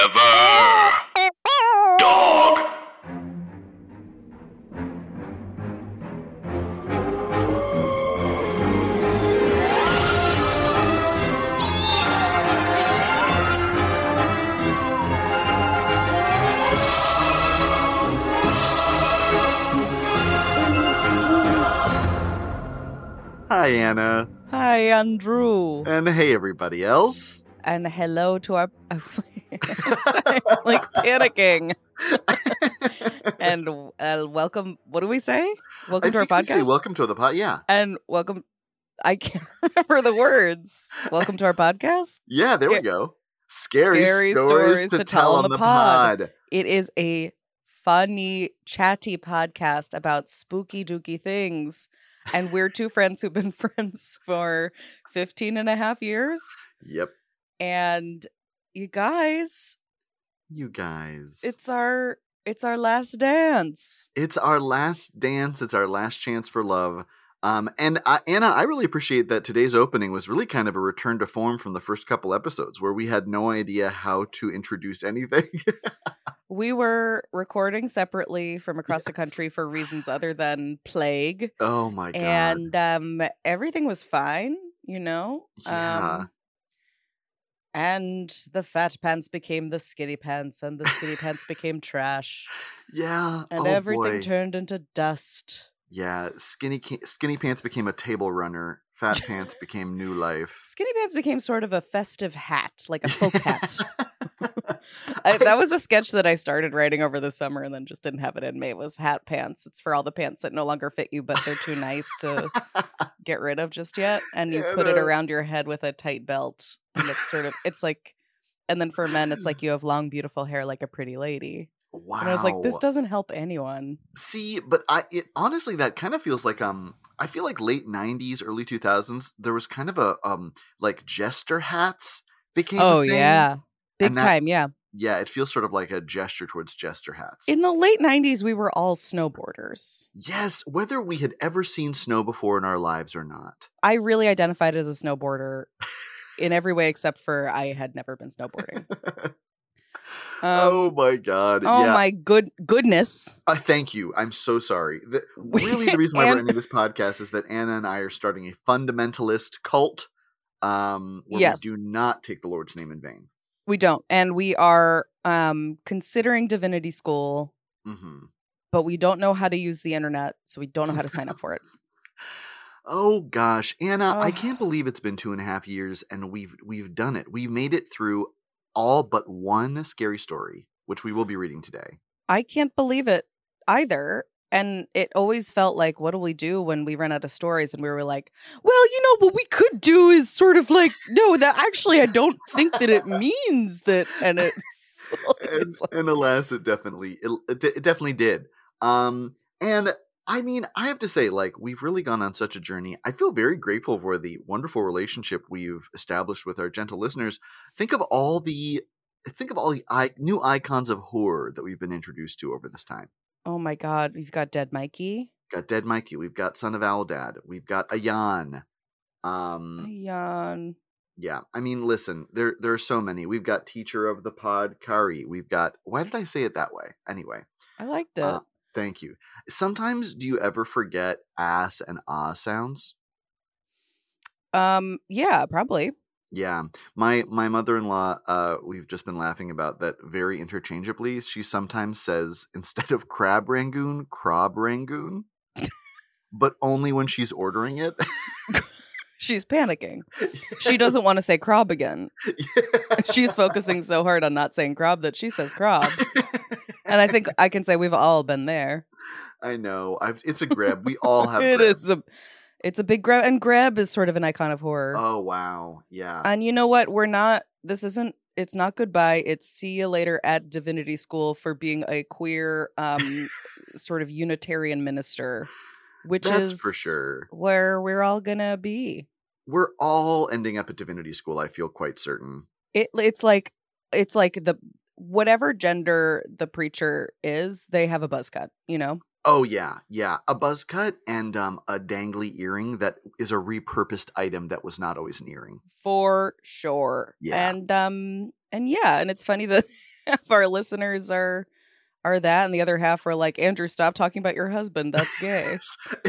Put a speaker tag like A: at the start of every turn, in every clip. A: Forever. Dog.
B: Hi, Anna.
C: Hi, Andrew.
B: And hey, everybody else.
C: And hello to our. I'm like panicking. and uh, welcome. What do we say? Welcome
B: I
C: to our
B: think you say
C: podcast.
B: welcome to the pod. Yeah.
C: and welcome. I can't remember the words. Welcome to our podcast.
B: Yeah, there we
C: Scar-
B: go. Scary, stories, to, tell on the pod.
C: It is a funny, chatty podcast about spooky, dooky things. And we're two friends who've been friends for 15 and a half years.
B: Yep.
C: And you guys,
B: You guys.
C: it's our it's our last dance.
B: it's our last dance. It's our last chance for love. Um, and uh, Anna, I really appreciate that today's opening was really kind of a return to form from the first couple episodes where we had no idea how to introduce anything.
C: We were recording separately from across the
B: Yes.
C: country for reasons other than plague.
B: oh my god!
C: and um everything was fine, you know?
B: Yeah.
C: Um and the fat pants became the skinny pants and the skinny pants became trash
B: yeah,
C: and
B: oh
C: everything
B: boy.
C: turned into dust.
B: yeah, skinny ca- skinny pants became a table runner. Fat pants became new life.
C: Skinny pants became sort of a festive hat, like a folk hat. I,
B: I-
C: that was a sketch that I started writing over the summer and then just didn't have it in me. It was hat pants. It's for all the pants that no longer fit you, but they're too nice to get rid of just yet. And you
B: Yeah, I
C: put it
B: know.
C: around your head with a tight belt. And it's sort of, it's like, and then for men, it's like you have long, beautiful hair like a pretty lady.
B: Wow.
C: And I was like, this doesn't help anyone.
B: See, but I it honestly that kind of feels like um I feel like late '90s, early 2000s. There was kind of a um like jester hats became. a
C: Oh,
B: thing.
C: yeah. Big
B: And that-
C: time. Yeah.
B: yeah. It feels sort of like a gesture towards jester hats.
C: In the late 90s, we were all snowboarders.
B: yes, whether we had ever seen snow before in our lives or not.
C: I really identified as a snowboarder in every way except for I had never been snowboarding.
B: oh my god!
C: Um, Oh
B: yeah.
C: my good goodness.
B: Uh, thank you. I'm so sorry. The, really, the reason why we're
C: And-
B: ending this podcast is that Anna and I are starting a fundamentalist cult. Um, where
C: Yes.
B: we do not take the Lord's name in vain.
C: We don't. And we are um considering divinity school,
B: hmm
C: but we don't know how to use the internet, so we don't know how to sign up for it.
B: Oh gosh, Anna, I
C: Ugh.
B: can't believe it's been two and a half years, and we've we've done it. We've made it through all but one scary story, which we will be reading today.
C: I can't believe it either. And it always felt like, what do we do when we run out of stories? And we were like, well, you know, what we could do is sort of like, no, that actually, I don't think that it means that. And it,
B: And,
C: it's like-
B: and alas, it definitely it, it, de- it definitely did. Um, and I mean, I have to say, like, we've really gone on such a journey. I feel very grateful for the wonderful relationship we've established with our gentle listeners. Think of all the think of all the I- new icons of horror that we've been introduced to over this time.
C: oh my God, we've got Dead Mikey.
B: got Dead Mikey, we've got Son of Owldad, we've got Ayan. Um,
C: Ayan.
B: yeah, I mean, listen, there there are so many. We've got Teacher of the Pod Kari. We've got. Why did I say it that way? Anyway,
C: I liked it.
B: Uh, thank you. Sometimes, do you ever forget ass and ah sounds?
C: Um, yeah, probably.
B: Yeah, my my mother in law. Uh, we've just been laughing about that very interchangeably. She sometimes says instead of crab rangoon, crab rangoon, but only when she's ordering it.
C: She's panicking. She doesn't
B: Yes.
C: want to say crob again.
B: Yeah.
C: She's focusing so hard on not saying crob that she says crob. And I think I can say we've all been there.
B: I know. I've, it's a grab. We all have.
C: It
B: grab.
C: is a it's a big grab and grab is sort of an icon of horror.
B: Oh wow. Yeah.
C: and you know what? We're not this isn't it's not goodbye. It's see you later at Divinity School for being a queer um sort of Unitarian minister, which
B: That's
C: is
B: for sure.
C: where we're all gonna be.
B: We're all ending up at divinity school. I feel quite certain.
C: it it's like it's like the whatever gender the preacher is they have a buzz cut you know
B: Oh yeah, yeah. A buzz cut and um, a dangly earring that is a repurposed item that was not always an earring.
C: for sure
B: Yeah.
C: and um and yeah, and it's funny that half our listeners are are that, and the other half are like, Andrew, stop talking about your husband. That's gay.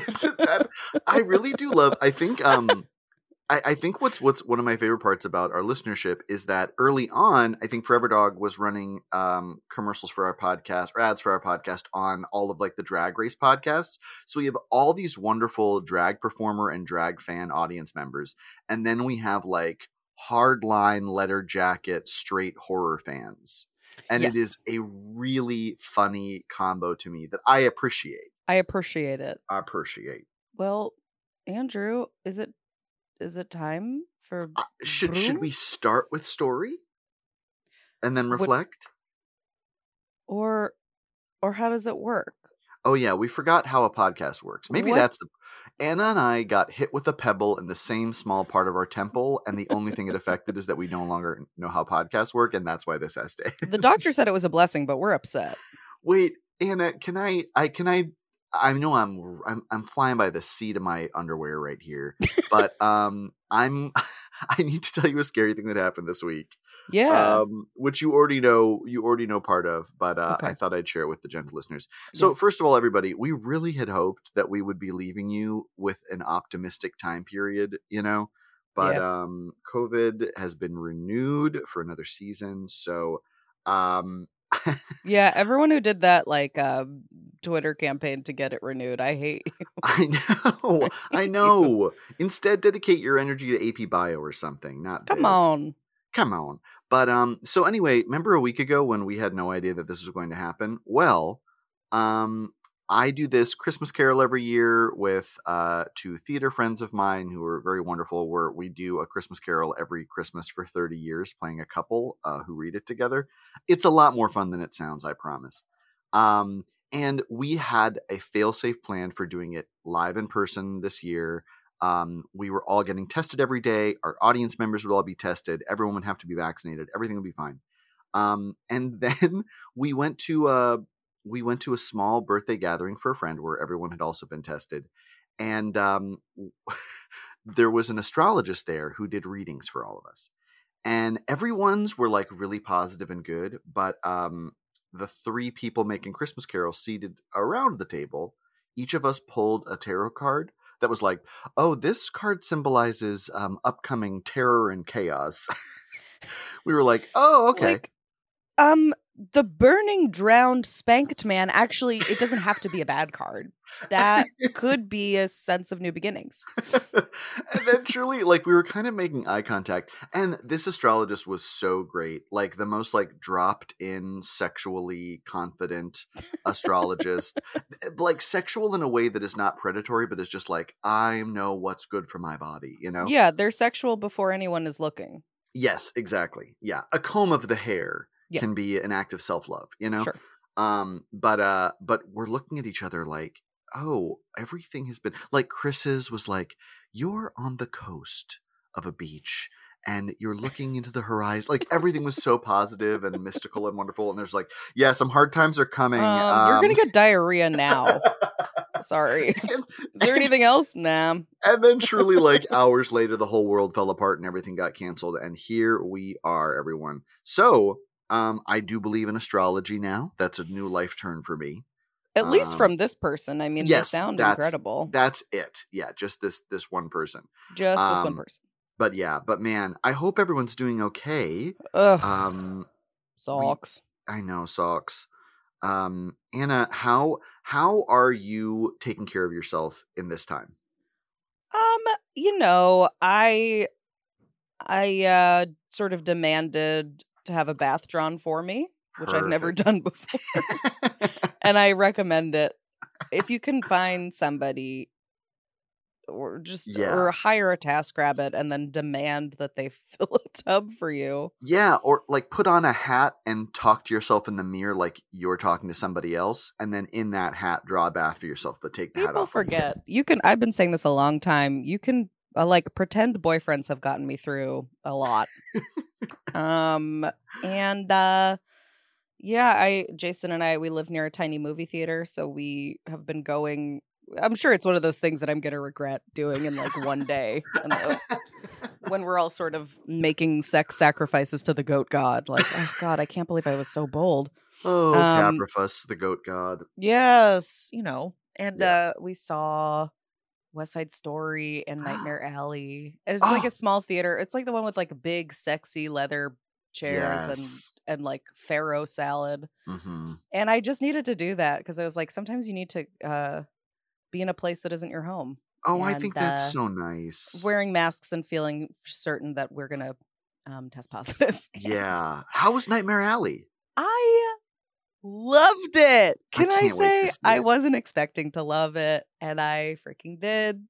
B: Isn't that? I really do love. I think. Um, I, I think what's what's one of my favorite parts about our listenership is that early on, I think Forever Dog was running um commercials for our podcast or ads for our podcast on all of like the drag race podcasts. So we have all these wonderful drag performer and drag fan audience members, and then we have like hardline letter jacket straight horror fans. And
C: Yes.
B: it is a really funny combo to me that I appreciate.
C: I appreciate it.
B: appreciate.
C: Well, Andrew, is it is it time for
B: Uh, should should
C: Brew?
B: we start with story, and then
C: What-
B: reflect?
C: or or how does it work?
B: Oh yeah, we forgot how a podcast works. Maybe
C: What?
B: that's the Anna and I got hit with a pebble in the same small part of our temple, and the only thing it affected is that we no longer know how podcasts work, and that's why this essay.
C: The doctor said it was a blessing, but we're upset.
B: Wait, Anna, can I? I can I? I know I'm I'm I'm flying by the seat of my underwear right here, but um, I'm I need to tell you a scary thing that happened this week.
C: Yeah.
B: um, which you already know you already know part of but uh, i
C: Okay.
B: thought i'd share it with the gentle listeners so
C: Yes.
B: first of all everybody we really had hoped that we would be leaving you with an optimistic time period you know but um covid has been renewed for another season so um
C: yeah, everyone who did that like uh Twitter campaign to get it renewed. I hate you.
B: i know i know instead dedicate your energy to ap bio or something not
C: Come
B: this.
C: on.
B: come on but um so anyway remember a week ago when we had no idea that this was going to happen well um i do this christmas carol every year with uh two theater friends of mine who are very wonderful where we do a christmas carol every christmas for 30 years playing a couple uh, who read it together it's a lot more fun than it sounds i promise um and we had a fail-safe plan for doing it live in person this year um, we were all getting tested every day. Our audience members would all be tested. Everyone would have to be vaccinated. Everything would be fine. Um, and then we went to a we went to a small birthday gathering for a friend where everyone had also been tested, and um, there was an astrologist there who did readings for all of us, and everyone's were like really positive and good, but um, the three people making Christmas carols seated around the table, each of us pulled a tarot card that was like oh, this card symbolizes um, upcoming terror and chaos. we were like, oh, okay.
C: Like, um the burning drowned spanked man actually it doesn't have to be a bad card. That could be a sense of new beginnings.
B: and then truly, like, we were kind of making eye contact. And this astrologist was so great. Like, the most, like, dropped in, sexually confident astrologist. like, sexual in a way that is not predatory, but is just like, I know what's good for my body, you know?
C: Yeah, they're sexual before anyone is looking.
B: Yes, exactly. Yeah. A comb of the hair
C: Yeah.
B: can be an act of self love, you know?
C: Sure.
B: um but uh but we're looking at each other like oh everything has been like chris's was like you're on the coast of a beach and you're looking into the horizon like everything was so positive and mystical and wonderful and there's like yeah some hard times are coming
C: Um, you're
B: um,
C: gonna get diarrhea now. Sorry.
B: and-
C: Is there anything else? Nah.
B: and then truly like hours later the whole world fell apart and everything got canceled and here we are everyone so um i do believe in astrology now that's a new life turn for me
C: At least
B: Um,
C: from this person. I mean,
B: yes,
C: they sound
B: that's-
C: incredible.
B: that's it yeah just this this one person
C: Just this one
B: um,
C: person.
B: but yeah but man i hope everyone's doing okay
C: Ugh,
B: um
C: socks.
B: i know socks um anna how how are you taking care of yourself in this time
C: Um, you know, I, I uh, sort of demanded to have a bath drawn for me, which I've never
B: Perfect.
C: done before, and I recommend it. If you can find somebody, or just
B: Yeah.
C: or hire a task rabbit and then demand that they fill a tub for you.
B: yeah or like put on a hat and talk to yourself in the mirror like you're talking to somebody else and then in that hat draw a bath for yourself but take the hat
C: People
B: off when you do it.
C: forget. You can. I've been saying this a long time. You can uh, like pretend boyfriends have gotten me through a lot. um and uh yeah, I Jason and I we live near a tiny movie theater, so we have been going I'm sure it's one of those things that I'm going to regret doing in like one day And, uh, when we're all sort of making sex sacrifices to the goat god. Like, oh God, I can't believe I was so bold.
B: Oh,
C: Um,
B: Caprifus, the goat god.
C: Yes, you know. And
B: Yeah.
C: uh we saw West Side Story and Nightmare Alley. And It's like
B: Ah.
C: a small theater. It's like the one with like big sexy leather chairs
B: Yes.
C: and and like farro salad.
B: hmm
C: And I just needed to do that because I was like sometimes you need to uh be in a place that isn't your home.
B: Oh, I
C: And,
B: think that's
C: uh,
B: so nice.
C: Wearing masks and feeling certain that we're going to um test positive. And
B: yeah. How was Nightmare Alley?
C: I loved it.
B: I
C: Can I,
B: can't wait to
C: say
B: see
C: I
B: it.
C: wasn't expecting to love it and I freaking did.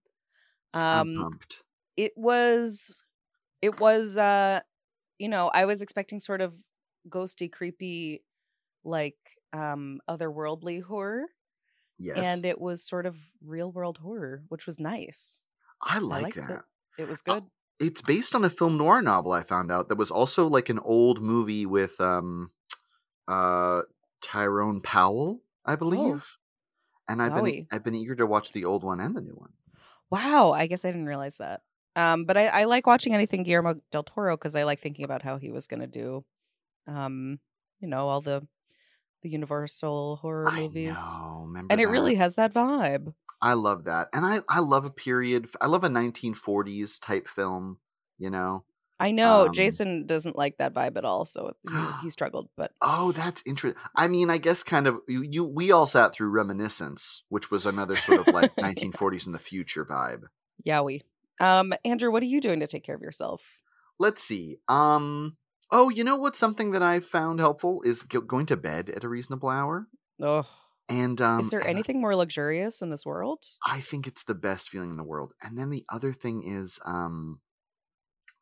B: I'm
C: Um
B: pumped.
C: it was it was uh you know, I was expecting sort of ghosty creepy like um otherworldly horror
B: Yes,
C: and it was sort of real world horror, which was nice.
B: I like
C: liked it.
B: that.
C: It was
B: Oh,
C: good.
B: It's based on a film noir novel I found out that was also like an old movie with um, uh, Tyrone Powell, I believe. And I've been
C: Oh. Wowie.
B: I've been eager to watch the old one and the new one.
C: Wow, I guess I didn't realize that. Um, but I, I like watching anything Guillermo del Toro because I like thinking about how he was going to do, um, you know, all the the Universal horror
B: I
C: movies,
B: know, remember
C: and it
B: that?
C: really has that vibe.
B: I love that, and I I love a period. I love a 1940s type film. You know.
C: I know
B: Um,
C: Jason doesn't like that vibe at all, so he, he struggled. But
B: Oh, that's interesting. I mean, I guess kind of you, you. We all sat through Reminiscence, which was another sort of like
C: Yeah.
B: 1940s in the future vibe.
C: yowie, um, Andrew, what are you doing to take care of yourself?
B: Let's see. Um. Oh, you know what's something that I found helpful is go- going to bed at a reasonable hour.
C: Oh,
B: And um,
C: is there
B: and
C: anything more luxurious in this world?
B: I think it's the best feeling in the world. And then the other thing is, um,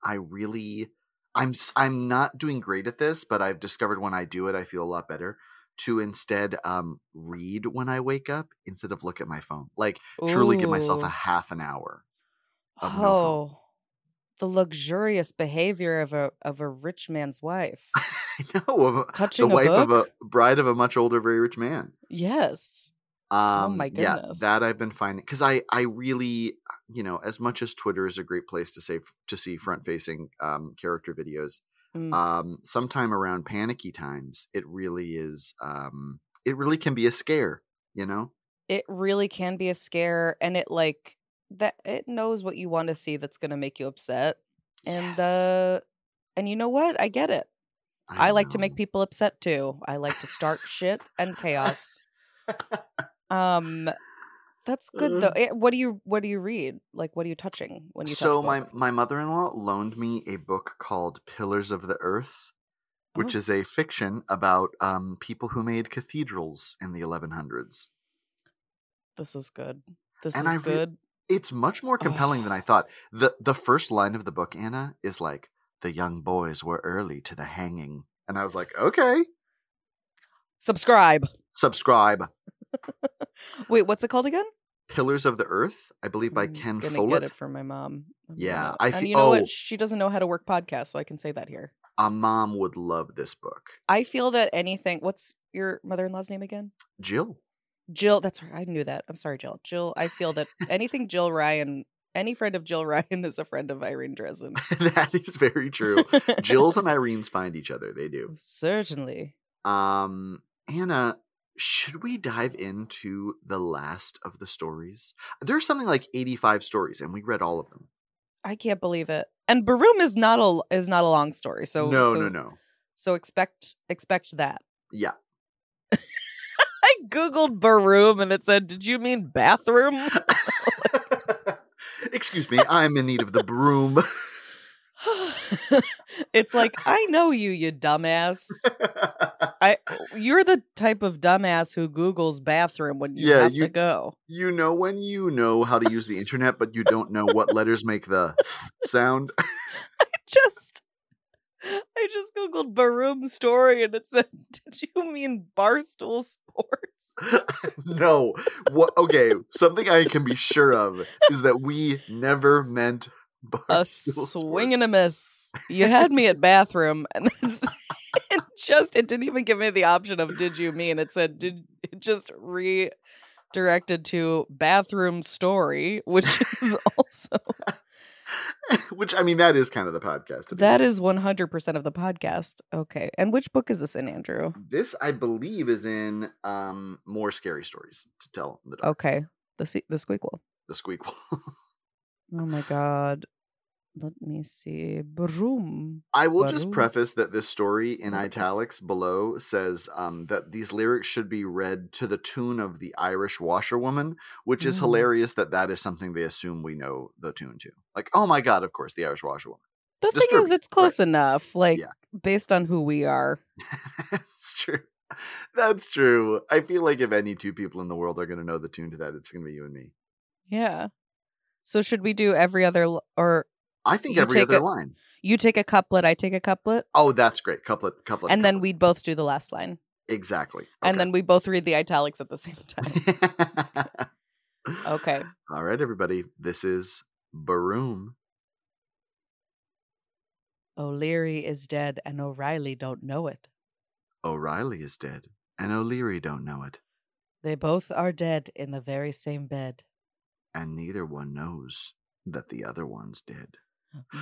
B: I really, I'm, s- I'm not doing great at this, but I've discovered when I do it, I feel a lot better. To instead, um, read when I wake up instead of look at my phone. Like truly, give myself
C: Ooh.
B: a half an hour. of no
C: Oh,
B: phone.
C: the luxurious behavior of a of a rich man's wife.
B: I know of a-
C: Touching
B: the
C: a
B: wife
C: book.
B: of a bride of a much older, very rich man.
C: yes.
B: Um,
C: Oh my
B: Yeah,
C: goodness.
B: that I've been finding because I I really you know as much as Twitter is a great place to save to see front facing um, character videos.
C: Mm-hmm. Mm.
B: Um, sometime around panicky times, it really is. Um, it really can be a scare. You know.
C: it really can be a scare, and it like that. It knows what you want to see that's going to make you upset, and
B: Yes,
C: uh, and you know what? I get it. I, like to make
B: know.
C: people upset too. I like to start shit and chaos. Um, that's good though.
B: Uh.
C: Eh, what do you what do you read? Like, what are you touching when you?
B: so
C: touch
B: my
C: book?
B: my mother in law loaned me a book called Pillars of the Earth, which
C: Oh.
B: is a fiction about um, people who made cathedrals in the 1100s.
C: this is good. This
B: and
C: is
B: I re-
C: good.
B: it's much more compelling than I thought. the The first line of the book, Anna, is like, "The young boys were early to the hanging," and I was like, "Okay,
C: Subscribe.
B: subscribe."
C: Wait, what's it called again?
B: Pillars of the Earth, I believe, by
C: I'm
B: Ken
C: Mm, gonna
B: Follett.
C: Get it from my mom. I'm
B: Yeah,
C: gonna-
B: I
C: and
B: fe-
C: you know
B: oh.
C: what? She doesn't know how to work podcasts, so I can say that here.
B: A mom would love this book.
C: I feel that anything. What's your mother-in-law's name again?
B: Jill,
C: Jill. That's right. I knew that. I'm sorry, Jill. Jill. I feel that anything Jill Ryan, any friend of Jill Ryan, is a friend of Irene Dresden.
B: that is very true. Jill's and Irene's find each other. They do.
C: certainly.
B: Um, Anna, should we dive into the last of the stories? There's something like 85 stories, and we read all of them.
C: I can't believe it. And Barum is not a is not a long story. So
B: no,
C: so,
B: no, no.
C: So expect expect that.
B: Yeah.
C: I googled Barum and it said, "Did you mean bathroom?"
B: Excuse me, I'm in need of the broom.
C: it's like I know you, you dumbass. I you're the type of dumbass who Googles bathroom when you
B: Yeah,
C: have
B: you-
C: to go.
B: you know when you know how to use the internet, but you don't know what letters make the sound.
C: Just I just googled Barum story and it said, "Did you mean barstool sports?"
B: no. What okay, something I can be sure of is that we never meant
C: A
B: barstool
C: swing
B: sports.
C: and a miss. You had me at bathroom, and then s- it just it didn't even give me the option of "Did you mean?" It said, "Did." It just re directed to bathroom story, which is also
B: Which I mean, that is kind of the podcast. to be
C: that is 100% of the podcast. Okay. And which book is this in, Andrew?
B: This, I believe, is in um more scary stories to tell in the dark.
C: Okay. The se- the squeakquel.
B: The squeakquel.
C: Oh my god. Let me see. Broom.
B: I will just
C: Baru.
B: preface that this story in
C: Okay.
B: italics below says um, that these lyrics should be read to the tune of the Irish washerwoman, which is
C: Mm.
B: hilarious that that is something they assume we know the tune to. Like, oh my god, of course, the Irish washerwoman.
C: The thing is,
B: Disturbing,
C: it's close enough. Like
B: Yeah.
C: based on who we are.
B: That's true. That's true. I feel like if any two people in the world are going to know the tune to that, it's going to be you and me.
C: Yeah. So should we do every other l- or
B: I think
C: You
B: every
C: take
B: other
C: a-
B: line.
C: you take a couplet, I take a couplet,
B: Oh, that's great. Couplet, couplet,
C: and then
B: couplet.
C: we'd both do the last line,
B: exactly,
C: and then we both read the italics at the same time.
B: then.
C: Okay.
B: All right, everybody. This is Baroom.
C: O'Leary is dead, and O'Reilly don't know it.
B: O'Reilly is dead, and O'Leary don't know it,
C: They both are dead in the very same bed.
B: and neither one knows that the other one's dead.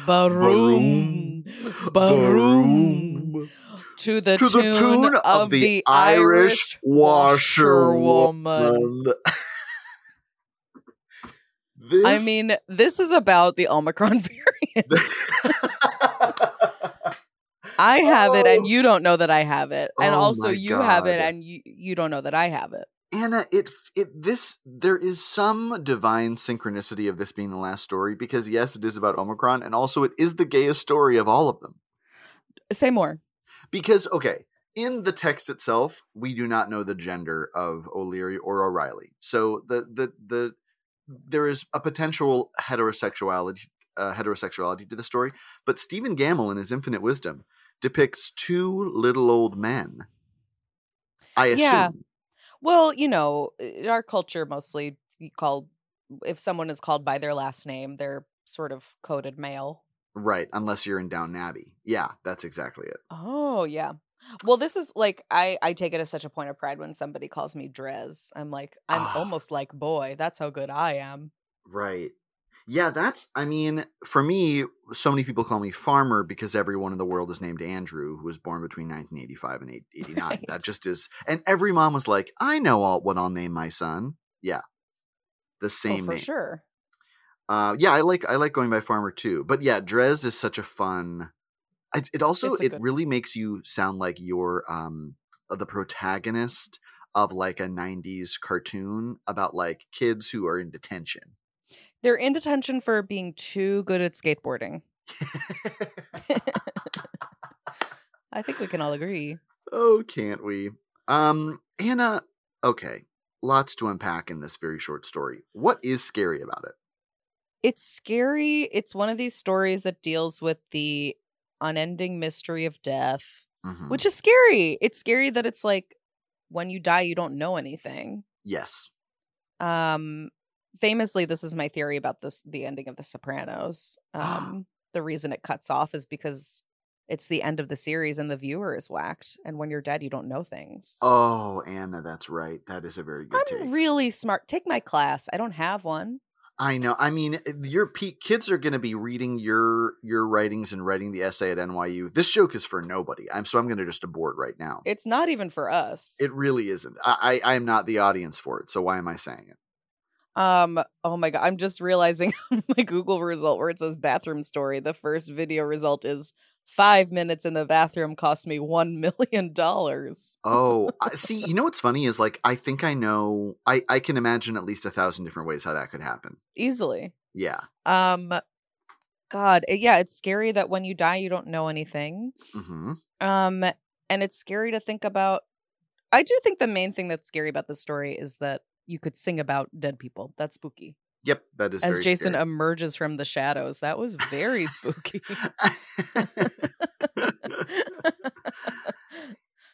C: Baroom, baroom.
B: Baroom.
C: To the,
B: To the
C: tune,
B: tune
C: of,
B: of
C: the,
B: the Irish
C: Irish
B: washerwoman.
C: washerwoman.
B: this,
C: I mean, this is about the Omicron variant. I have it and
B: Oh.
C: you don't know that I have it. And
B: Oh
C: also
B: my
C: you have it
B: God.
C: and you, you don't know that I have it.
B: Anna, it f- it this there is some divine synchronicity of this being the last story because yes, it is about Omicron, and also it is the gayest story of all of them.
C: Say more.
B: Because okay, in the text itself, we do not know the gender of O'Leary or O'Reilly, so the the the there is a potential heterosexuality uh, heterosexuality to the story. But Stephen Gamble, in his infinite wisdom, depicts two little old men. I assume.
C: Yeah. Well, you know, in our culture mostly you call if someone is called by their last name, they're sort of coded male.
B: Right, unless you're in Down Abbey. Yeah, that's exactly it.
C: Oh, yeah. Well, this is like I I take it as such a point of pride when somebody calls me Drez. I'm like I'm
B: Ah.
C: almost like boy. That's how good I am.
B: Right. Yeah, that's I mean, for me, so many people call me farmer because everyone in the world is named Andrew, who was born between 1985 and 89.
C: Right.
B: That just is and every mom was like, "I know all what I'll name my son." Yeah. The
C: Oh,
B: same
C: for
B: name.
C: sure.
B: Uh yeah, I like I like going by farmer too. But yeah, Drez is such a fun it, it also
C: It's a
B: it
C: good-
B: really makes you sound like you're um the protagonist of like a 90s cartoon about like kids who are in detention.
C: They're in detention for being too good at skateboarding. I think we can all agree.
B: Oh, can't we? Um, Anna, okay. Lots to unpack in this very short story. What is scary about it?
C: It's scary. It's one of these stories that deals with the unending mystery of death,
B: Mhm.
C: which is scary. It's scary that it's like when you die, you don't know anything.
B: yes.
C: Um, famously, this is my theory about this the ending of The Sopranos. Um, the reason it cuts off is because it's the end of the series and the viewer is whacked. And when you're dead, you don't know things.
B: Oh, Anna, that's right. That is a very good
C: I'm
B: take.
C: really smart. Take my class. I don't have one.
B: I know. I mean, eh, your pe- kids are going to be reading your your writings and writing the essay at NYU. This joke is for nobody. I'm so I'm going to just abort right now. It,
C: It's not even for us.
B: really isn't. I, I I am not the audience for it. So why am I saying it?
C: um. Oh my god. I'm just realizing my Google result where it says bathroom story. The first video result is five minutes in the bathroom cost me one million dollars.
B: Oh, I, see, you know what's funny is like I think I know. I I can imagine at least a thousand different ways how that could happen.
C: Easily.
B: Yeah.
C: Um. God. it- yeah. It's scary that when you die, you don't know anything.
B: hmm
C: Um. And it's scary to think about. I do think the main thing that's scary about this story is that you could sing about dead people. That's spooky.
B: Yep, that is
C: As
B: very
C: Jason
B: scary.
C: emerges from the shadows, that was very spooky. Umm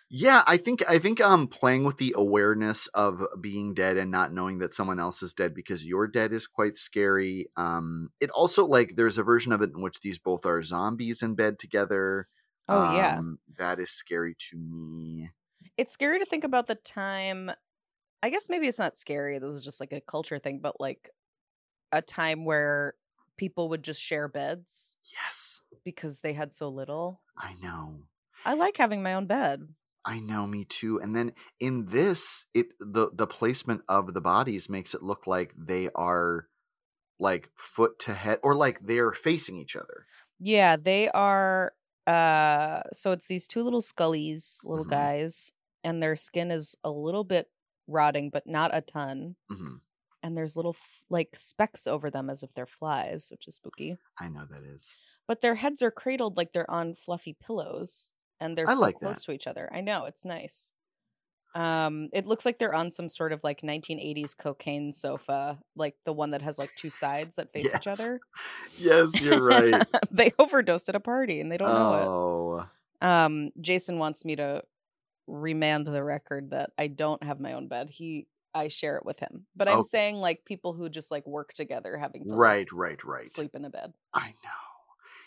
B: yeah, I think I think um playing with the awareness of being dead and not knowing that someone else is dead because you're dead is quite scary. Um it also like there's a version of it in which these both are zombies in bed together.
C: Oh yeah.
B: Um, That is scary to me.
C: It's scary to think about the time I guess maybe it's not scary. This is just like a culture thing, but like a time where people would just share beds
B: Yes,
C: because they had so little.
B: I know.
C: I like having my own bed.
B: I know, me too. And then in this, it the the placement of the bodies makes it look like they are like foot to head or like they're facing each other.
C: Yeah, they are uh so it's these two little scullies, little
B: Mhm.
C: guys, and their skin is a little bit rotting, but not a ton.
B: Mhm.
C: And there's little f- like specks over them as if they're flies, which is spooky.
B: I know that is.
C: But their heads are cradled like they're on fluffy pillows and they're
B: I
C: so
B: like
C: close to each other. I know, it's nice. Um it looks like they're on some sort of like 1980s cocaine sofa, like the one that has like two sides that face each
B: Yes.
C: other.
B: Yes, you're right.
C: they overdosed at a party and they don't know it.
B: oh,
C: um jason wants me to remand the record that i don't have my own bed he i share it with him but i'm
B: Oh.
C: saying like people who just like work together having to like,
B: right, right, right.
C: sleep in a bed
B: I know.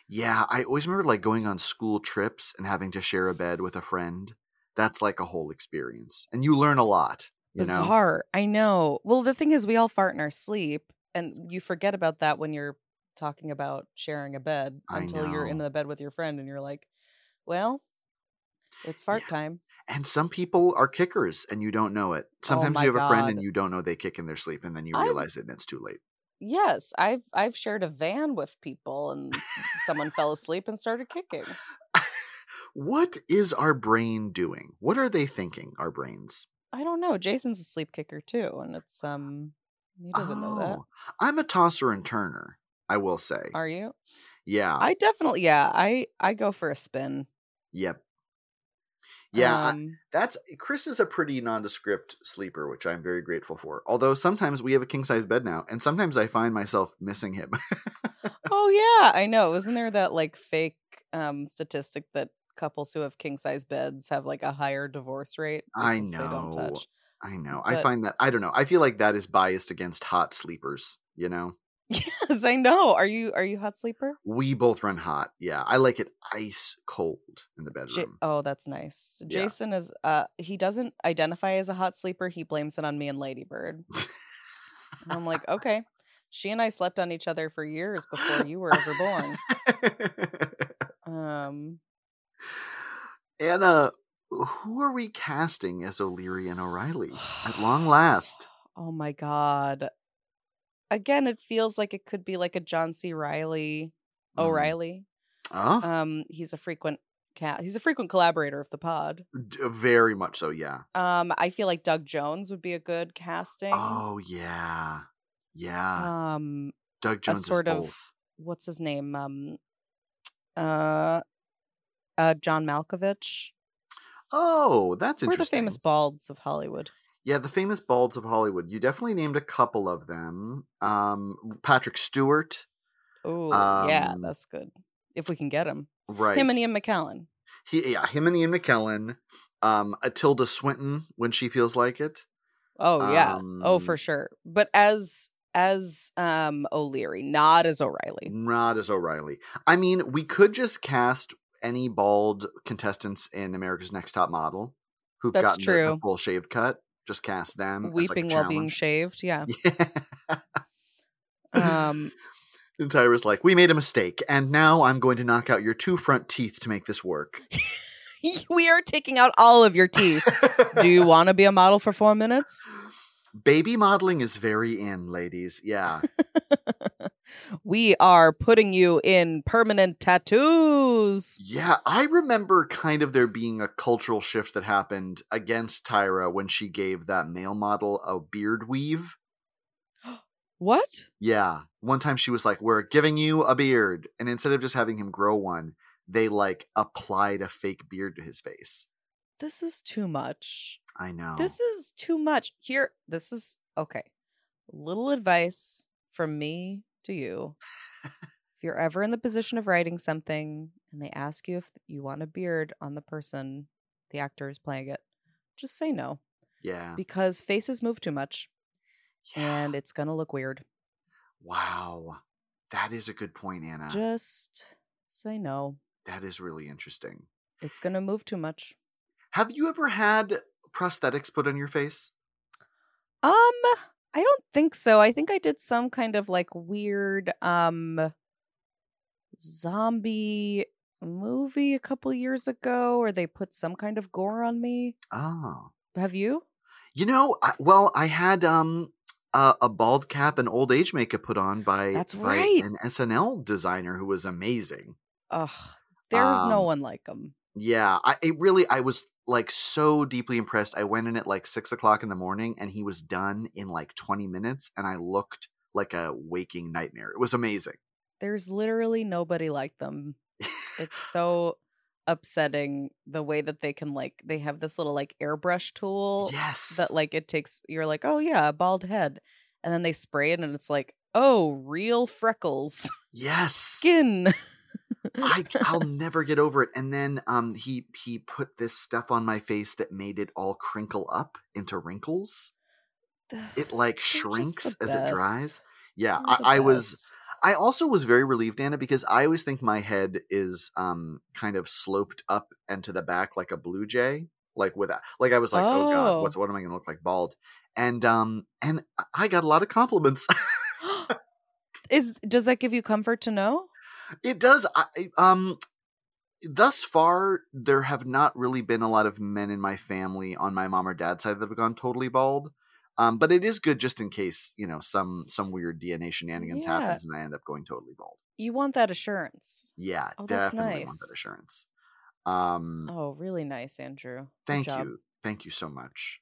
B: Yeah, I always remember like going on school trips and having to share a bed with a friend. That's like a whole experience, and you learn a lot. You know,
C: bizarre i know well the thing is we all fart in our sleep and you forget about that when you're talking about sharing a bed
B: I
C: until you're in
B: know.
C: the bed with your friend and you're like well it's fart
B: Yeah.
C: time
B: and some people are kickers, and you don't know it. Sometimes
C: Oh my
B: you have a friend
C: God.
B: and you don't know they kick in their sleep, and then you
C: I-
B: realize it, and it's too late.
C: yes i've i've shared a van with people and someone fell asleep and started kicking
B: What is our brain doing? What are they thinking? Our brains.
C: I don't know. Jason's a sleep kicker too, and it's um he doesn't know that.
B: Oh, I'm a tosser and turner. I will say.
C: Are you?
B: yeah.
C: I definitely yeah, I I go for a spin.
B: yep. Yeah. I-
C: Um,
B: that's Chris is a pretty nondescript sleeper, which I'm very grateful for. Although sometimes we have a king size bed now, and sometimes I find myself missing him.
C: oh yeah, I know. Wasn't there that like fake um statistic that couples who have king size beds have like a higher divorce rate?
B: I
C: because They don't
B: know.
C: touch.
B: I know. I
C: But-
B: find that I don't know. I feel like that is biased against hot sleepers. You know,
C: Yes, I know. Are you are you hot sleeper?
B: we both run hot. Yeah, I like it ice cold in the
C: Ja-
B: bedroom.
C: oh, that's nice.
B: Yeah.
C: Jason is uh he doesn't identify as a hot sleeper. He blames it on me and Ladybird. And I'm like, okay. She and I slept on each other for years before you were ever born. Um
B: Anna, uh, who are we casting as O'Leary and O'Reilly at long last?
C: Oh my god. Again, it feels like it could be like a John C. Riley
B: Mm.
C: O'Reilly.
B: Oh,
C: Um he's a frequent cat he's a frequent collaborator of the pod.
B: d- uh, very much so. Yeah.
C: Um I feel like Doug Jones would be a good casting.
B: Oh yeah, yeah.
C: Um
B: Doug Jones
C: sort
B: is
C: of-
B: both.
C: what's his name? Um uh uh John Malkovich.
B: Oh, that's
C: We're
B: interesting.
C: the famous balds of Hollywood.
B: yeah, the famous balds of Hollywood. You definitely named a couple of them. Um, Patrick Stewart,
C: Oh, yeah,
B: Um,
C: that's good. If we can get him.
B: right?
C: Him and Ian McKellen.
B: He, yeah, him and Ian McKellen. Um, Tilda Swinton when she feels like it.
C: Oh yeah. oh, for
B: Um,
C: sure. But as as um O'Leary, not as O'Reilly.
B: Not as O'Reilly. I mean, we could just cast any bald contestants in America's Next Top Model who've
C: That's
B: gotten the- the
C: true.
B: full shaved cut. Just cast them. as, like, a
C: Weeping while being
B: challenge.
C: shaved. Yeah.
B: Yeah.
C: Um
B: And Tyra's like, we made a mistake, and now I'm going to knock out your two front teeth to make this work.
C: we are taking out all of your teeth. Do you want to be a model for four minutes?
B: Baby modeling is very in, ladies. Yeah.
C: We are putting you in permanent tattoos.
B: Yeah. I remember kind of there being a cultural shift that happened against Tyra when she gave that male model a beard weave.
C: What?
B: Yeah. One time she was like, We're giving you a beard. And instead of just having him grow one, they like applied a fake beard to his face.
C: This is too much.
B: I know.
C: This is too much. Here, this is okay. Little advice from me to you. if you're ever in the position of writing something and they ask you if you want a beard on the person, the actor is playing it, just say no
B: yeah.
C: because faces move too much
B: yeah.
C: and it's going to look weird.
B: Wow. That is a good point, Anna.
C: Just say no.
B: That is really interesting.
C: It's going to move too much.
B: Have you ever had prosthetics put on your face?
C: Um, I don't think so. I think I did some kind of like weird um zombie movie a couple years ago or they put some kind of gore on me.
B: Oh,
C: Have you?
B: you know, I, well, I had um a, a bald cap and old age makeup put on by
C: That's
B: by
C: right.
B: an SNL designer who was amazing.
C: Ugh. There's no
B: Um,
C: one like them.
B: Yeah, I it really I was like so deeply impressed. I went in at like six o'clock in the morning, and he was done in like twenty minutes, and I looked like a waking nightmare. It was amazing.
C: There's literally nobody like them. It's so upsetting the way that they can like they have this little like airbrush tool
B: yes,
C: that like it takes you're like, "Oh yeah, a bald head." And then they spray it and it's like, "Oh, real freckles."
B: yes.
C: Skin.
B: I I'll never get over it. And then um he he put this stuff on my face that made it all crinkle up into wrinkles. It like shrinks as it dries. Yeah, I, I was I also was very relieved, Anna, because I always think my head is um kind of sloped up and to the back like a blue jay. Like with that, like I was like, oh,
C: Oh.
B: god, what's what am I gonna look like bald? And um and I got a lot of compliments.
C: Is does that give you comfort to know?
B: It does. I, I- um, thus far, there have not really been a lot of men in my family on my mom or dad's side that have gone totally bald. Um, but it is good just in case you know some some weird DNA shenanigans
C: Yeah.
B: happens and I end up going totally bald.
C: You want that assurance.
B: Yeah,
C: Oh, that's
B: definitely want
C: nice.
B: that assurance. Um,
C: Oh, really nice, Andrew. Good
B: thank
C: job.
B: you, thank you so much.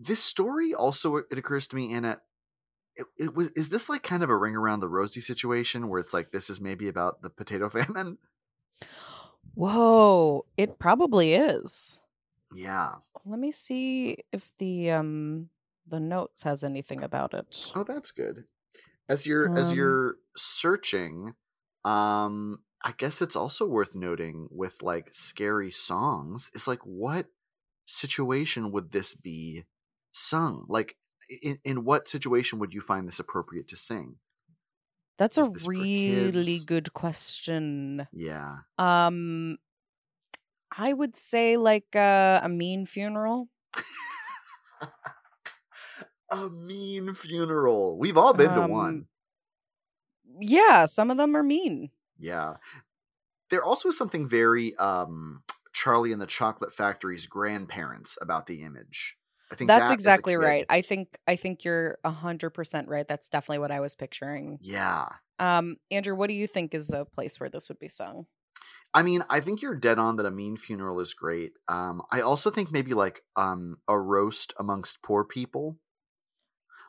B: This story also it occurs to me, Anna. It, it was is this like kind of a ring around the rosy situation where it's like this is maybe about the potato famine?
C: Whoa, it probably is.
B: Yeah.
C: Let me see if the um the notes has anything about it.
B: Oh, that's good. As you're as
C: Um,
B: you're searching, um, I guess it's also worth noting with like scary songs. It's like what situation would this be sung? Like in in what situation would you find this appropriate to sing?
C: That's a
B: is this for
C: really
B: kids?
C: good question.
B: Yeah.
C: Um I would say like uh, a mean funeral.
B: A mean funeral. We've all been to one.
C: Um, Yeah, some of them are mean.
B: Yeah. There also is something very um Charlie and the Chocolate Factory's grandparents about the image. I think
C: That's
B: that as a
C: exactly
B: kid-
C: right. I think I think you're hundred percent right. That's definitely what I was picturing.
B: Yeah.
C: Um, Andrew, what do you think is a place where this would be sung?
B: I mean, I think you're dead on that a mean funeral is great. Um, I also think maybe like um a roast amongst poor people.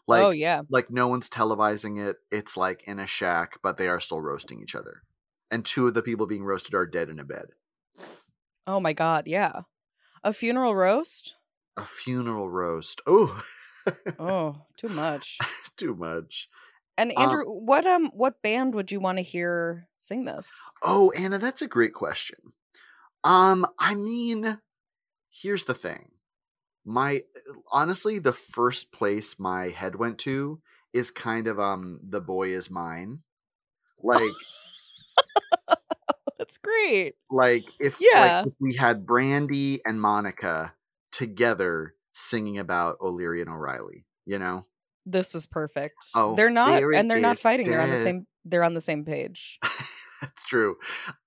B: Like
C: oh yeah,
B: like no one's televising it. It's like in a shack, but they are still roasting each other. And two of the people being roasted are dead in a bed.
C: oh my god, yeah, a funeral roast.
B: A funeral roast. Oh,
C: Oh, too much.
B: too much.
C: And
B: Uh,
C: Andrew, what um, what band would you want to hear sing this?
B: Oh, Anna, that's a great question. Um, I mean, here's the thing. My honestly, the first place my head went to is kind of um the boy is mine. Like
C: That's great.
B: like if like,
C: Yeah.
B: if we had Brandy and Monica together singing about O'Leary and O'Reilly, you know?
C: This is perfect.
B: Oh,
C: they're not,
B: there
C: and
B: it
C: they're not
B: is.
C: fighting. They're on the
B: Dead.
C: same. They're on the same page.
B: That's true.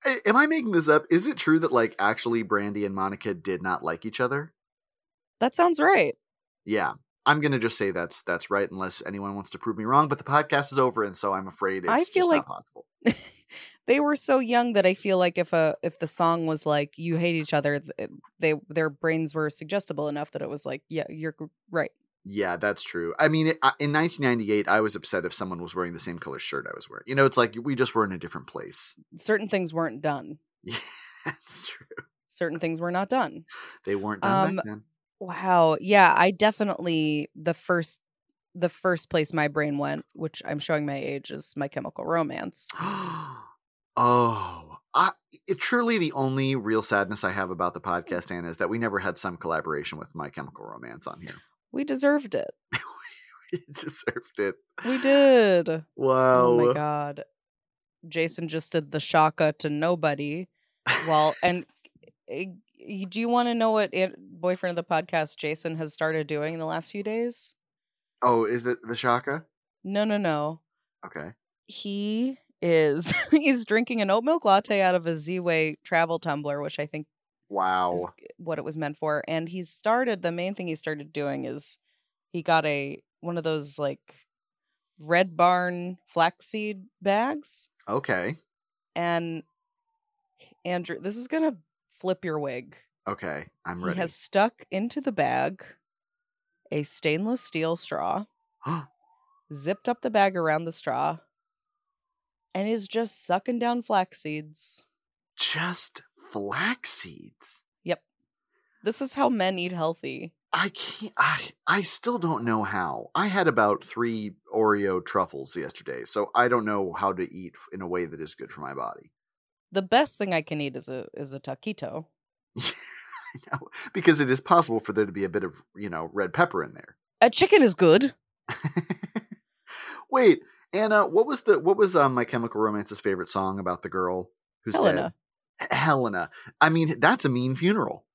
B: A- am I making this up? Is it true that like actually Brandy and Monica did not like each other?
C: That sounds right.
B: yeah i'm gonna just say that's that's right unless anyone wants to prove me wrong but the podcast is over and so i'm afraid it's
C: I feel
B: just
C: like-
B: not possible
C: they were so young that I feel like if a if the song was like you hate each other, th- eh, they their brains were suggestible enough that it was like yeah you're gr- right.
B: yeah that's true i mean it, I, in 1998 i was upset if someone was wearing the same color shirt i was wearing you know it's like we just were in a different place
C: Certain things weren't done.
B: yeah that's true
C: Certain things were not done.
B: they weren't done
C: Um,
B: back then
C: Wow. Yeah, I definitely the first the first place my brain went, which I'm showing my age, is My Chemical Romance.
B: oh i it, truly the only real sadness i have about the
C: Mm.
B: podcast anna is that we never had some collaboration with my chemical romance on here
C: We deserved it.
B: we deserved it
C: We did.
B: wow
C: Oh my god. Jason just did the shaka to nobody. Well, and uh, y- do you want to know what an- boyfriend of the podcast Jason has started doing in the last few days?
B: Oh, is it Vishaka?
C: No, no, no.
B: Okay.
C: He is he's drinking an oat milk latte out of a Z-Way travel tumbler, which I think
B: Wow.
C: is what it was meant for. And he started the main thing he started doing is he got a one of those like red barn flaxseed bags.
B: Okay.
C: And Andrew, this is gonna flip your wig.
B: Okay. I'm
C: He
B: ready.
C: has stuck into the bag a stainless steel straw, zipped up the bag around the straw, and is just sucking down flax seeds.
B: Just flax seeds.
C: This is how men eat healthy.
B: I can't. I I still don't know how. I had about three Oreo truffles yesterday, so I don't know how to eat in a way that is good for my body.
C: The best thing I can eat is a is a taquito.
B: I know because it is possible for there to be a bit of you know red pepper in there.
C: A chicken is good.
B: Wait, Anna, what was the what was um, my Chemical Romance's favorite song about the girl who's
C: Helena.
B: dead? H- Helena. I mean, that's a mean funeral.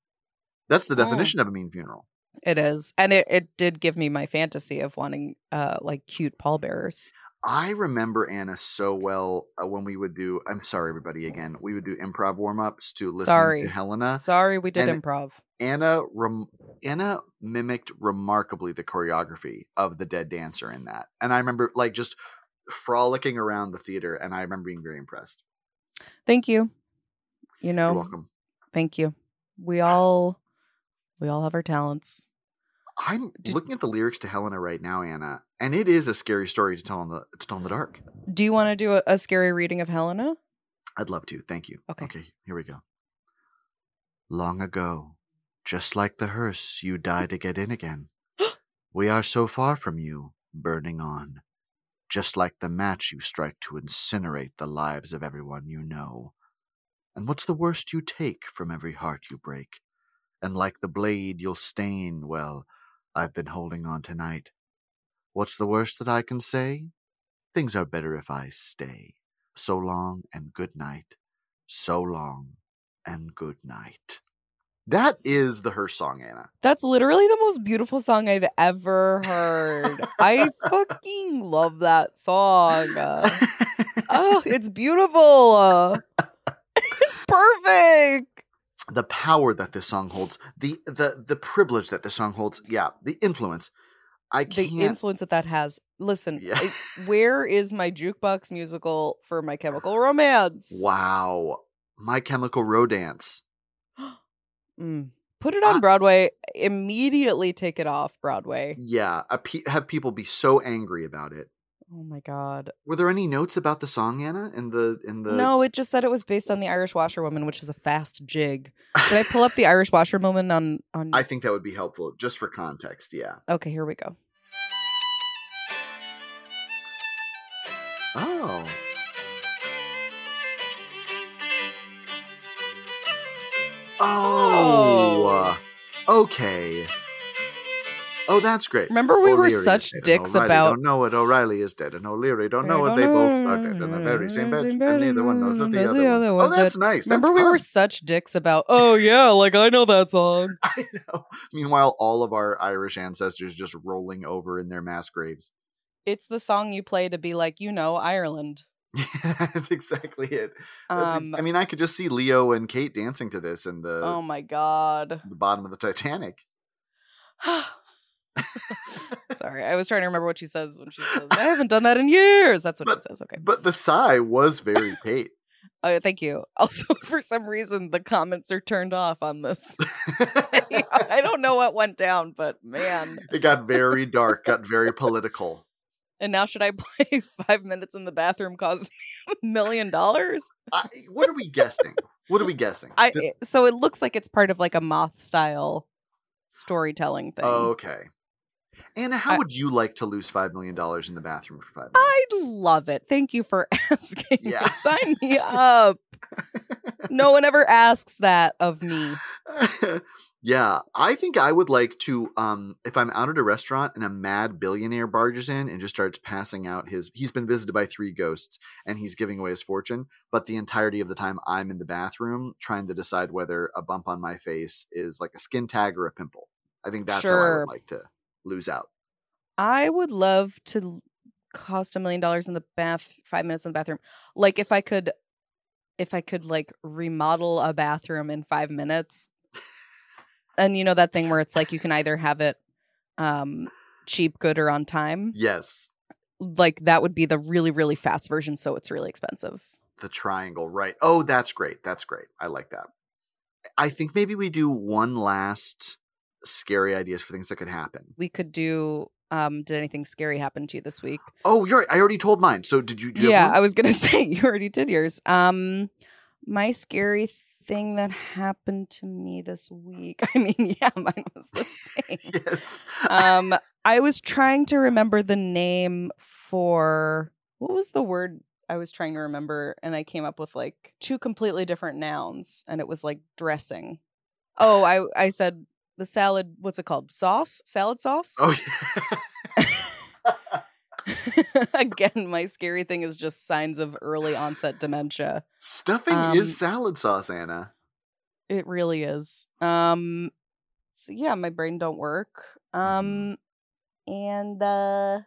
B: That's the
C: Yeah.
B: definition of a mean funeral.
C: It is. And it, it did give me my fantasy of wanting uh like cute pallbearers.
B: I remember Anna so well uh, when we would do. I'm sorry, everybody. Again, we would do improv warm ups to listen
C: Sorry.
B: to Helena.
C: Sorry we did
B: and-
C: improv.
B: Anna rem- Anna mimicked remarkably the choreography of the dead dancer in that, and I remember like just frolicking around the theater, and I remember being very impressed.
C: Thank you. You know,
B: You're welcome.
C: thank you. We
B: Ah.
C: all we all have our talents.
B: I'm
C: Did-
B: looking at the lyrics to Helena right now, Anna, and it is a scary story to tell in the to tell in the dark.
C: Do you want to do a, a scary reading of Helena?
B: I'd love to. Thank you.
C: Okay.
B: Okay, here we go. Long ago, just like the hearse, you die to get in again. we are so far from you, burning on. Just like the match you strike to incinerate the lives of everyone you know. And what's the worst you take from every heart you break? And like the blade you'll stain, well, I've been holding on tonight. What's the worst that I can say? Things are better if I stay so long and good night, so long and good night. That is the her song, Anna.
C: That's literally the most beautiful song I've ever heard. I fucking love that song. Uh, oh, it's beautiful. Uh, it's perfect.
B: the power that this song holds, the the the privilege that this song holds, yeah, the influence. I
C: The
B: can't.
C: influence that that has. Listen,
B: Yeah.
C: I- where is my jukebox musical for My Chemical Romance?
B: wow, My Chemical Rodance.
C: Mm. Put it on
B: I-
C: Broadway. Immediately take it off Broadway.
B: Yeah, a pe- have people be so angry about it.
C: Oh my god.
B: Were there any notes about the song, Anna? In the in the
C: No, it just said it was based on the Irish Washerwoman, which is a fast jig. Should I pull up the Irish Washerwoman on on?
B: I think that would be helpful just for context. Yeah.
C: Okay, here we go.
B: Oh. Oh. Okay. Oh, that's great.
C: Remember, we were
B: O'Leary is
C: such
B: dead and
C: dicks
B: O'Reilly
C: about.
B: Don't know it. O'Reilly is dead, and O'Leary don't know it. They both are dead in the very same bed, and neither one knows of the
C: Knows
B: other,
C: the other
B: ones.
C: one's
B: Oh, that's nice.
C: Remember,
B: that's
C: we were
B: fun.
C: such dicks about. Oh yeah, like I know that song.
B: I know. Meanwhile, all of our Irish ancestors just rolling over in their mass graves.
C: It's the song you play to be like, you know, Ireland.
B: that's exactly it. That's ex-
C: Um.
B: I mean, I could just see Leo and Kate dancing to this in the
C: oh my god.
B: the bottom of the Titanic.
C: Sorry, I was trying to remember what she says when she says, "I haven't done that in years." That's what
B: But-
C: she says. Okay.
B: But the sigh was very Kate.
C: Oh, thank you. Also, for some reason, the comments are turned off on this. I don't know what went down, but man.
B: it got very dark, got very political.
C: And now, should I play Five Minutes in the Bathroom Cost Me a Million Dollars?
B: I, what are we guessing? What are we guessing?
C: I
B: Did-
C: it- So it looks like it's part of like a moth style storytelling thing.
B: okay. Anna, how
C: I-
B: would you like to lose five million dollars in the bathroom for five? Minutes?
C: I love it. Thank you for asking.
B: Yeah.
C: Sign me up. no one ever asks that of me.
B: yeah, I think I would like to. Um, if I'm out at a restaurant and a mad billionaire barges in and just starts passing out his, he's been visited by three ghosts and he's giving away his fortune. But the entirety of the time, I'm in the bathroom trying to decide whether a bump on my face is like a skin tag or a pimple. I think that's how I
C: Sure.
B: would like to lose out.
C: I would love to l- cost a million dollars in the bath, five minutes in the bathroom. Like if I could, if I could like remodel a bathroom in five minutes, and you know that thing where it's like you can either have it um cheap, good, or on time.
B: Yes,
C: Like that would be the really really fast version, so it's really expensive.
B: the triangle, right? Oh, that's great. That's great. I like that. I think maybe we do one last scary ideas for things that could happen.
C: We could do. Um, did anything scary happen to you this week?
B: Oh, you're right. I already told mine. So did you? Do you
C: yeah,
B: Have
C: I
B: one?
C: was gonna say you already did yours. Um, my scary thing that happened to me this week. I mean, yeah, mine was the same.
B: yes.
C: Um, I was trying to remember the name for what was the word I was trying to remember, and I came up with like two completely different nouns, and it was like dressing. Oh, I I said the salad. What's it called? Sauce? Salad sauce?
B: Oh, yeah.
C: Again, my scary thing is just signs of early onset dementia.
B: stuffing
C: Um,
B: is salad sauce, Anna.
C: It really is. Um so yeah, my brain don't work.
B: Mhm.
C: Um and uh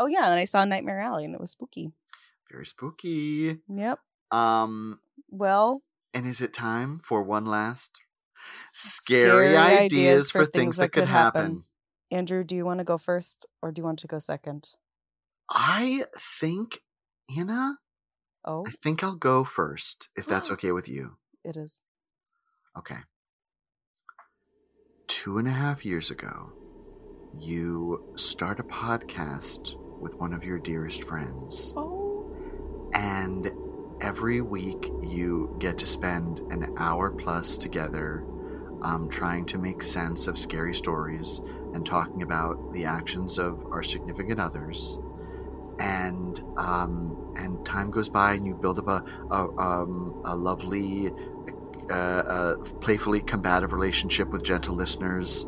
C: oh yeah, and I saw Nightmare Alley and it was spooky.
B: Very spooky.
C: Yep.
B: Um,
C: Well,
B: and is it time for one last scary, ideas, for things, that, could happen?
C: Andrew, do you want to go first or do you want to go second?
B: I think, Anna,
C: Oh,
B: I think I'll go first, if that's okay with you.
C: it is.
B: Okay. Two and a half years ago, you start a podcast with one of your dearest friends,
C: Oh.
B: and every week you get to spend an hour plus together um, trying to make sense of scary stories and talking about the actions of our significant others. And um, and time goes by, and you build up a a, um, a lovely, uh, uh, playfully combative relationship with gentle listeners,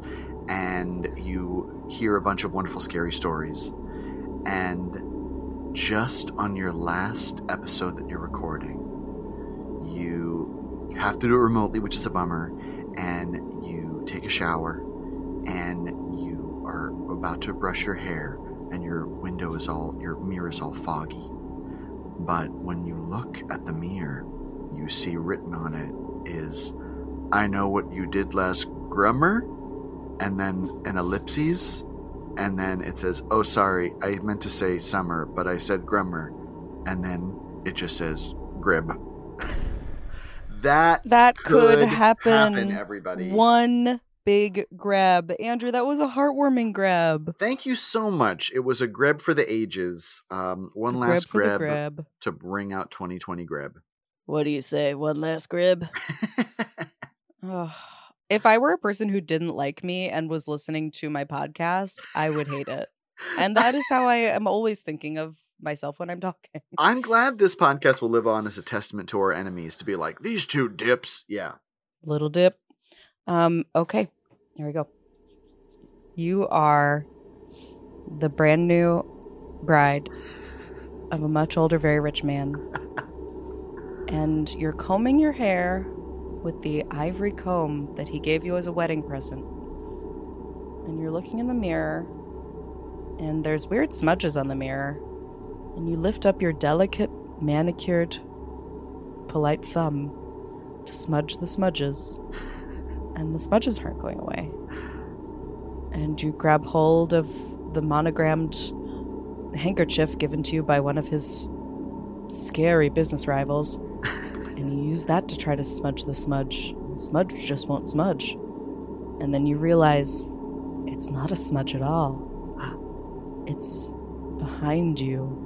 B: and you hear a bunch of wonderful scary stories. And just on your last episode that you're recording, you you have to do it remotely, which is a bummer. And you take a shower, and you are about to brush your hair and your window is all your mirror is all foggy but when you look at the mirror you see written on it is i know what you did last grummer and then an ellipses and then it says oh sorry i meant to say summer but i said grummer and then it just says grib that
C: That could, happen.
B: everybody
C: One big grab. Andrew, that was a heartwarming grab.
B: Thank you so much. It was a grab for the ages. Um, one
C: A
B: last
C: for the
B: grab,
C: grab.
B: to bring out 2020 grab.
C: What do you say? One last grib? Ugh. If I were a person who didn't like me and was listening to my podcast, I would hate it. And that is how I am always thinking of myself when I'm talking.
B: I'm glad this podcast will live on as a testament to our enemies to be like these two dips. Yeah.
C: Little dip. Um, okay. Here we go. You are the brand new bride of a much older, very rich man. And you're combing your hair with the ivory comb that he gave you as a wedding present. And you're looking in the mirror, and there's weird smudges on the mirror. And you lift up your delicate, manicured, polite thumb to smudge the smudges. And the smudges aren't going away. And you grab hold of the monogrammed handkerchief given to you by one of his scary business rivals. and you use that to try to smudge the smudge. And the smudge just won't smudge. And then you realize it's not a smudge at all, it's behind you.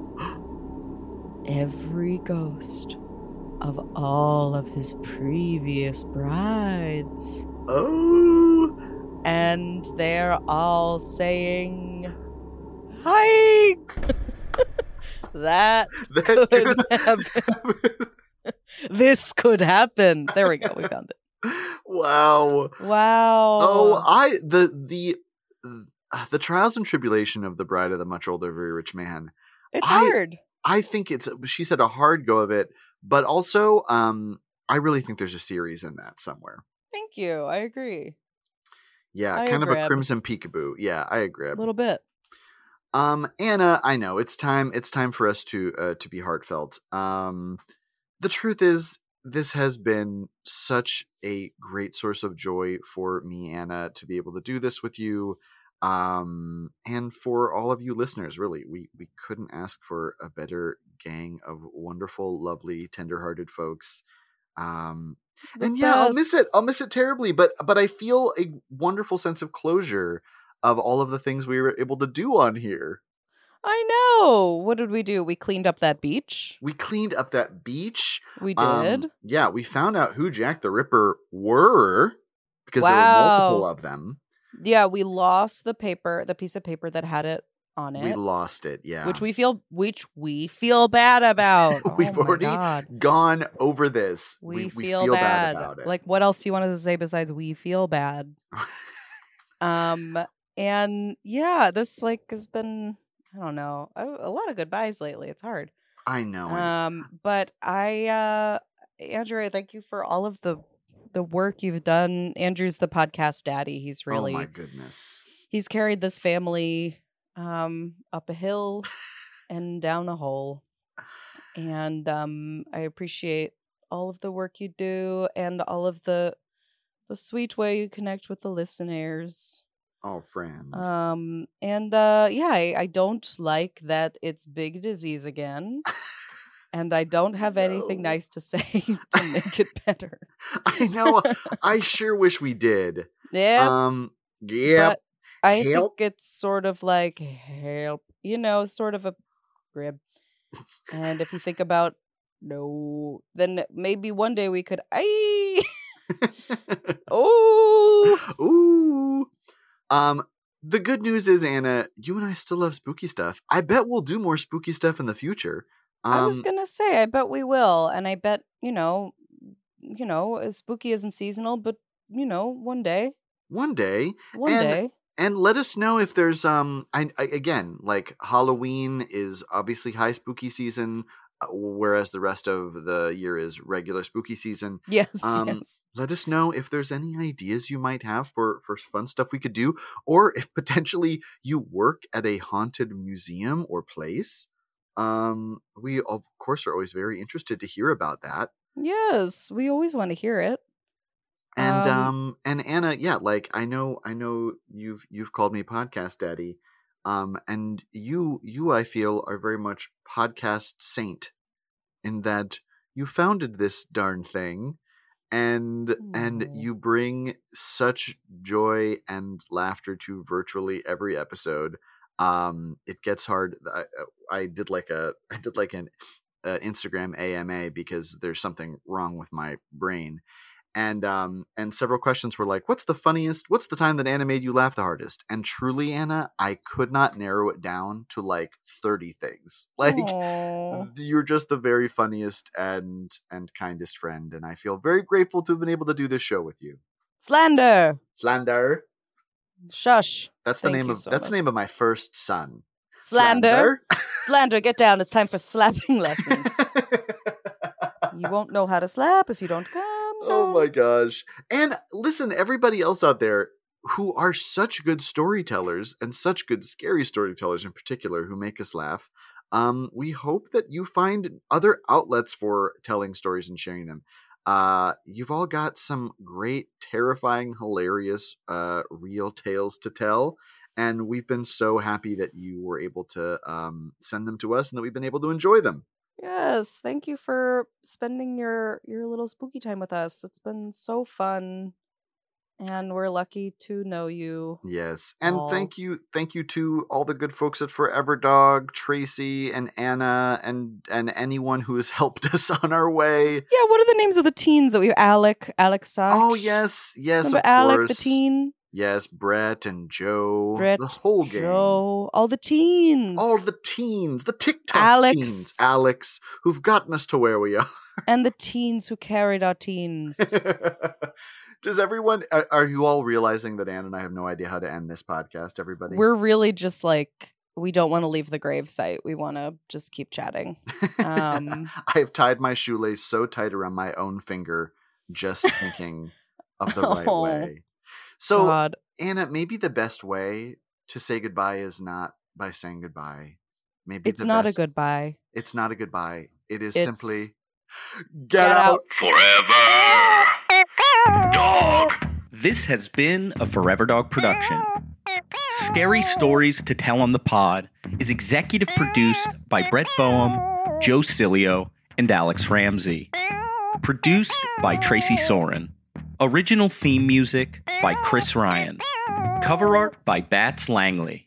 C: Every ghost of all of his previous brides.
B: Oh.
C: And they're all saying, Hi! that
B: That
C: could
B: could
C: happen.
B: happen.
C: This could happen. There we go. We found it.
B: wow.
C: Wow.
B: Oh, I the the uh, the trials and tribulation of the bride of the much older very rich man
C: it's
B: I-
C: hard.
B: I think it's uh, she said a hard go of it, but also um I really think there's a series in that somewhere.
C: Thank you. I agree.
B: Yeah,
C: I
B: kind of a
C: agree.
B: crimson peekaboo. Yeah, I agree.
C: A little bit.
B: Um, Anna, I know it's time. It's time for us to uh, to be heartfelt. Um, the truth is, this has been such a great source of joy for me, Anna, to be able to do this with you, um, and for all of you listeners. Really, we we couldn't ask for a better gang of wonderful, lovely, tender-hearted folks. Um,
C: The
B: and yeah, I'll miss
C: best.
B: it. I'll miss it terribly. But but I feel a wonderful sense of closure of all of the things we were able to do on here.
C: I know. What did we do? We cleaned up that beach.
B: We cleaned up that beach.
C: We
B: Um,
C: did.
B: yeah, we found out who Jack the Ripper were because there were multiple
C: Wow.
B: of them.
C: yeah, we lost the paper, the piece of paper that had it on it,
B: We lost it. Yeah,
C: which we feel which we feel bad about.
B: We've
C: oh
B: already-
C: my God.
B: gone over this.
C: We, feel, bad. Like what else do you want us to say besides we feel bad? um and yeah, this like has been I don't know, a, a lot of goodbyes lately. It's hard.
B: I oh know. and
C: Um but I uh Andrew, thank you for all of the the work you've done. Andrew's the podcast daddy. He's really
B: Oh my goodness.
C: he's carried this family um up a hill and down a hole and um i appreciate all of the work you do and all of the the sweet way you connect with the listeners
B: Oh, friend.
C: um and uh yeah i, I don't like that it's big disease again and i don't have anything
B: No.
C: nice to say to make it better
B: I know. I sure wish we did.
C: yeah
B: Um. Yeah.
C: But I
B: Help.
C: think it's sort of like help, you know, sort of a rib. And if you think about no, then maybe one day we could. I oh
B: Ooh. Um. The good news is, Anna, you and I still love spooky stuff. I bet we'll do more spooky stuff in the future. Um,
C: I was gonna say, I bet we will, and I bet you know, you know, uh, spooky isn't seasonal, but you know, one day,
B: one day,
C: one
B: And-
C: day,
B: and let us know if there's um. I, I again, like Halloween is obviously high spooky season, uh, whereas the rest of the year is regular spooky season.
C: yes,
B: um,
C: yes,
B: let us know if there's any ideas you might have for for fun stuff we could do or if potentially you work at a haunted museum or place um we of course are always very interested to hear about that
C: yes. We always want to hear it.
B: and um,
C: Um,
B: and anna yeah like i know i know you've you've called me podcast daddy um and you you i feel are very much podcast saint in that you founded this darn thing and and
C: Aw.
B: you bring such joy and laughter to virtually every episode um it gets hard i, I did like a i did like an uh, instagram ama because there's something wrong with my brain and um and several questions were like what's the funniest what's the time that anna made you laugh the hardest and truly anna i could not narrow it down to like 30 things like um
C: Aw.
B: you're just the very funniest and and kindest friend and i feel very grateful to have been able to do this show with you
C: slander,
B: slander
C: shush,
B: that's the
C: Thank
B: name
C: you
B: of
C: so
B: that's the
C: much.
B: name of my first son
C: slander. Slander, get down. It's time for slapping lessons.
B: Slander.
C: you won't know how to slap if you don't come.
B: Oh
C: down.
B: my gosh. And listen, everybody else out there who are such good storytellers and such good scary storytellers in particular who make us laugh. Um, we hope that you find other outlets for telling stories and sharing them. Uh, you've all got some great, terrifying, hilarious, uh, real tales to tell. And we've been so happy that you were able to um, send them to us and that we've been able to enjoy them.
C: Yes, thank you for spending your your little spooky time with us. It's been so fun, and we're lucky to know you.
B: Yes. And
C: Aw.
B: thank you thank you to all the good folks at Forever Dog, Tracy and Anna and and anyone who has helped us on our way.
C: Yeah, what are the names of the teens that we Alec, Alec Soch?
B: Oh yes, yes,
C: remember
B: of
C: Alec
B: course.
C: the teen,
B: Yes, Brett and Joe.
C: Brett,
B: the whole game.
C: Joe, all the teens,
B: All the teens, the TikTok teens,
C: Alex.
B: Alex, who've gotten us to where we are.
C: and the teens who carried our teens.
B: Does everyone are, are you all realizing that Anna and I have no idea how to end this podcast, everybody?
C: we're really just like we don't want to leave the gravesite. We want to just keep chatting. Um,
B: I have tied my shoelace so tight around my own finger, just thinking of the right
C: Oh,
B: way. So,
C: God.
B: Anna, maybe the best way to say goodbye is not by saying goodbye. Maybe
C: It's
B: the
C: not
B: best-
C: a goodbye.
B: It's not a goodbye. It is
C: It's-
B: simply get,
C: Get
B: out.
C: out.
A: Forever. Dog.
D: This has been a Forever Dog production. Scary Stories to Tell on the Pod is executive produced by Brett Boehm, Joe Cilio, and Alex Ramsey. Produced by Tracy Soren. Original theme music by Chris Ryan. Cover art by Bats Langley.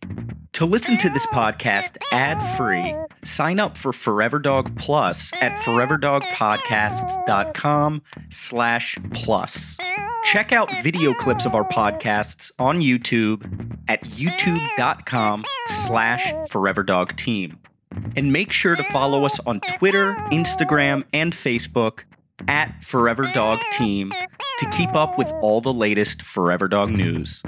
D: To listen to this podcast ad free, sign up for Forever Dog Plus at foreverdogpodcasts.com/slash plus. Check out video clips of our podcasts on YouTube at youtube.com slash foreverdogteam. And make sure to follow us on Twitter, Instagram, and Facebook at Forever Dog Team to keep up with all the latest Forever Dog news.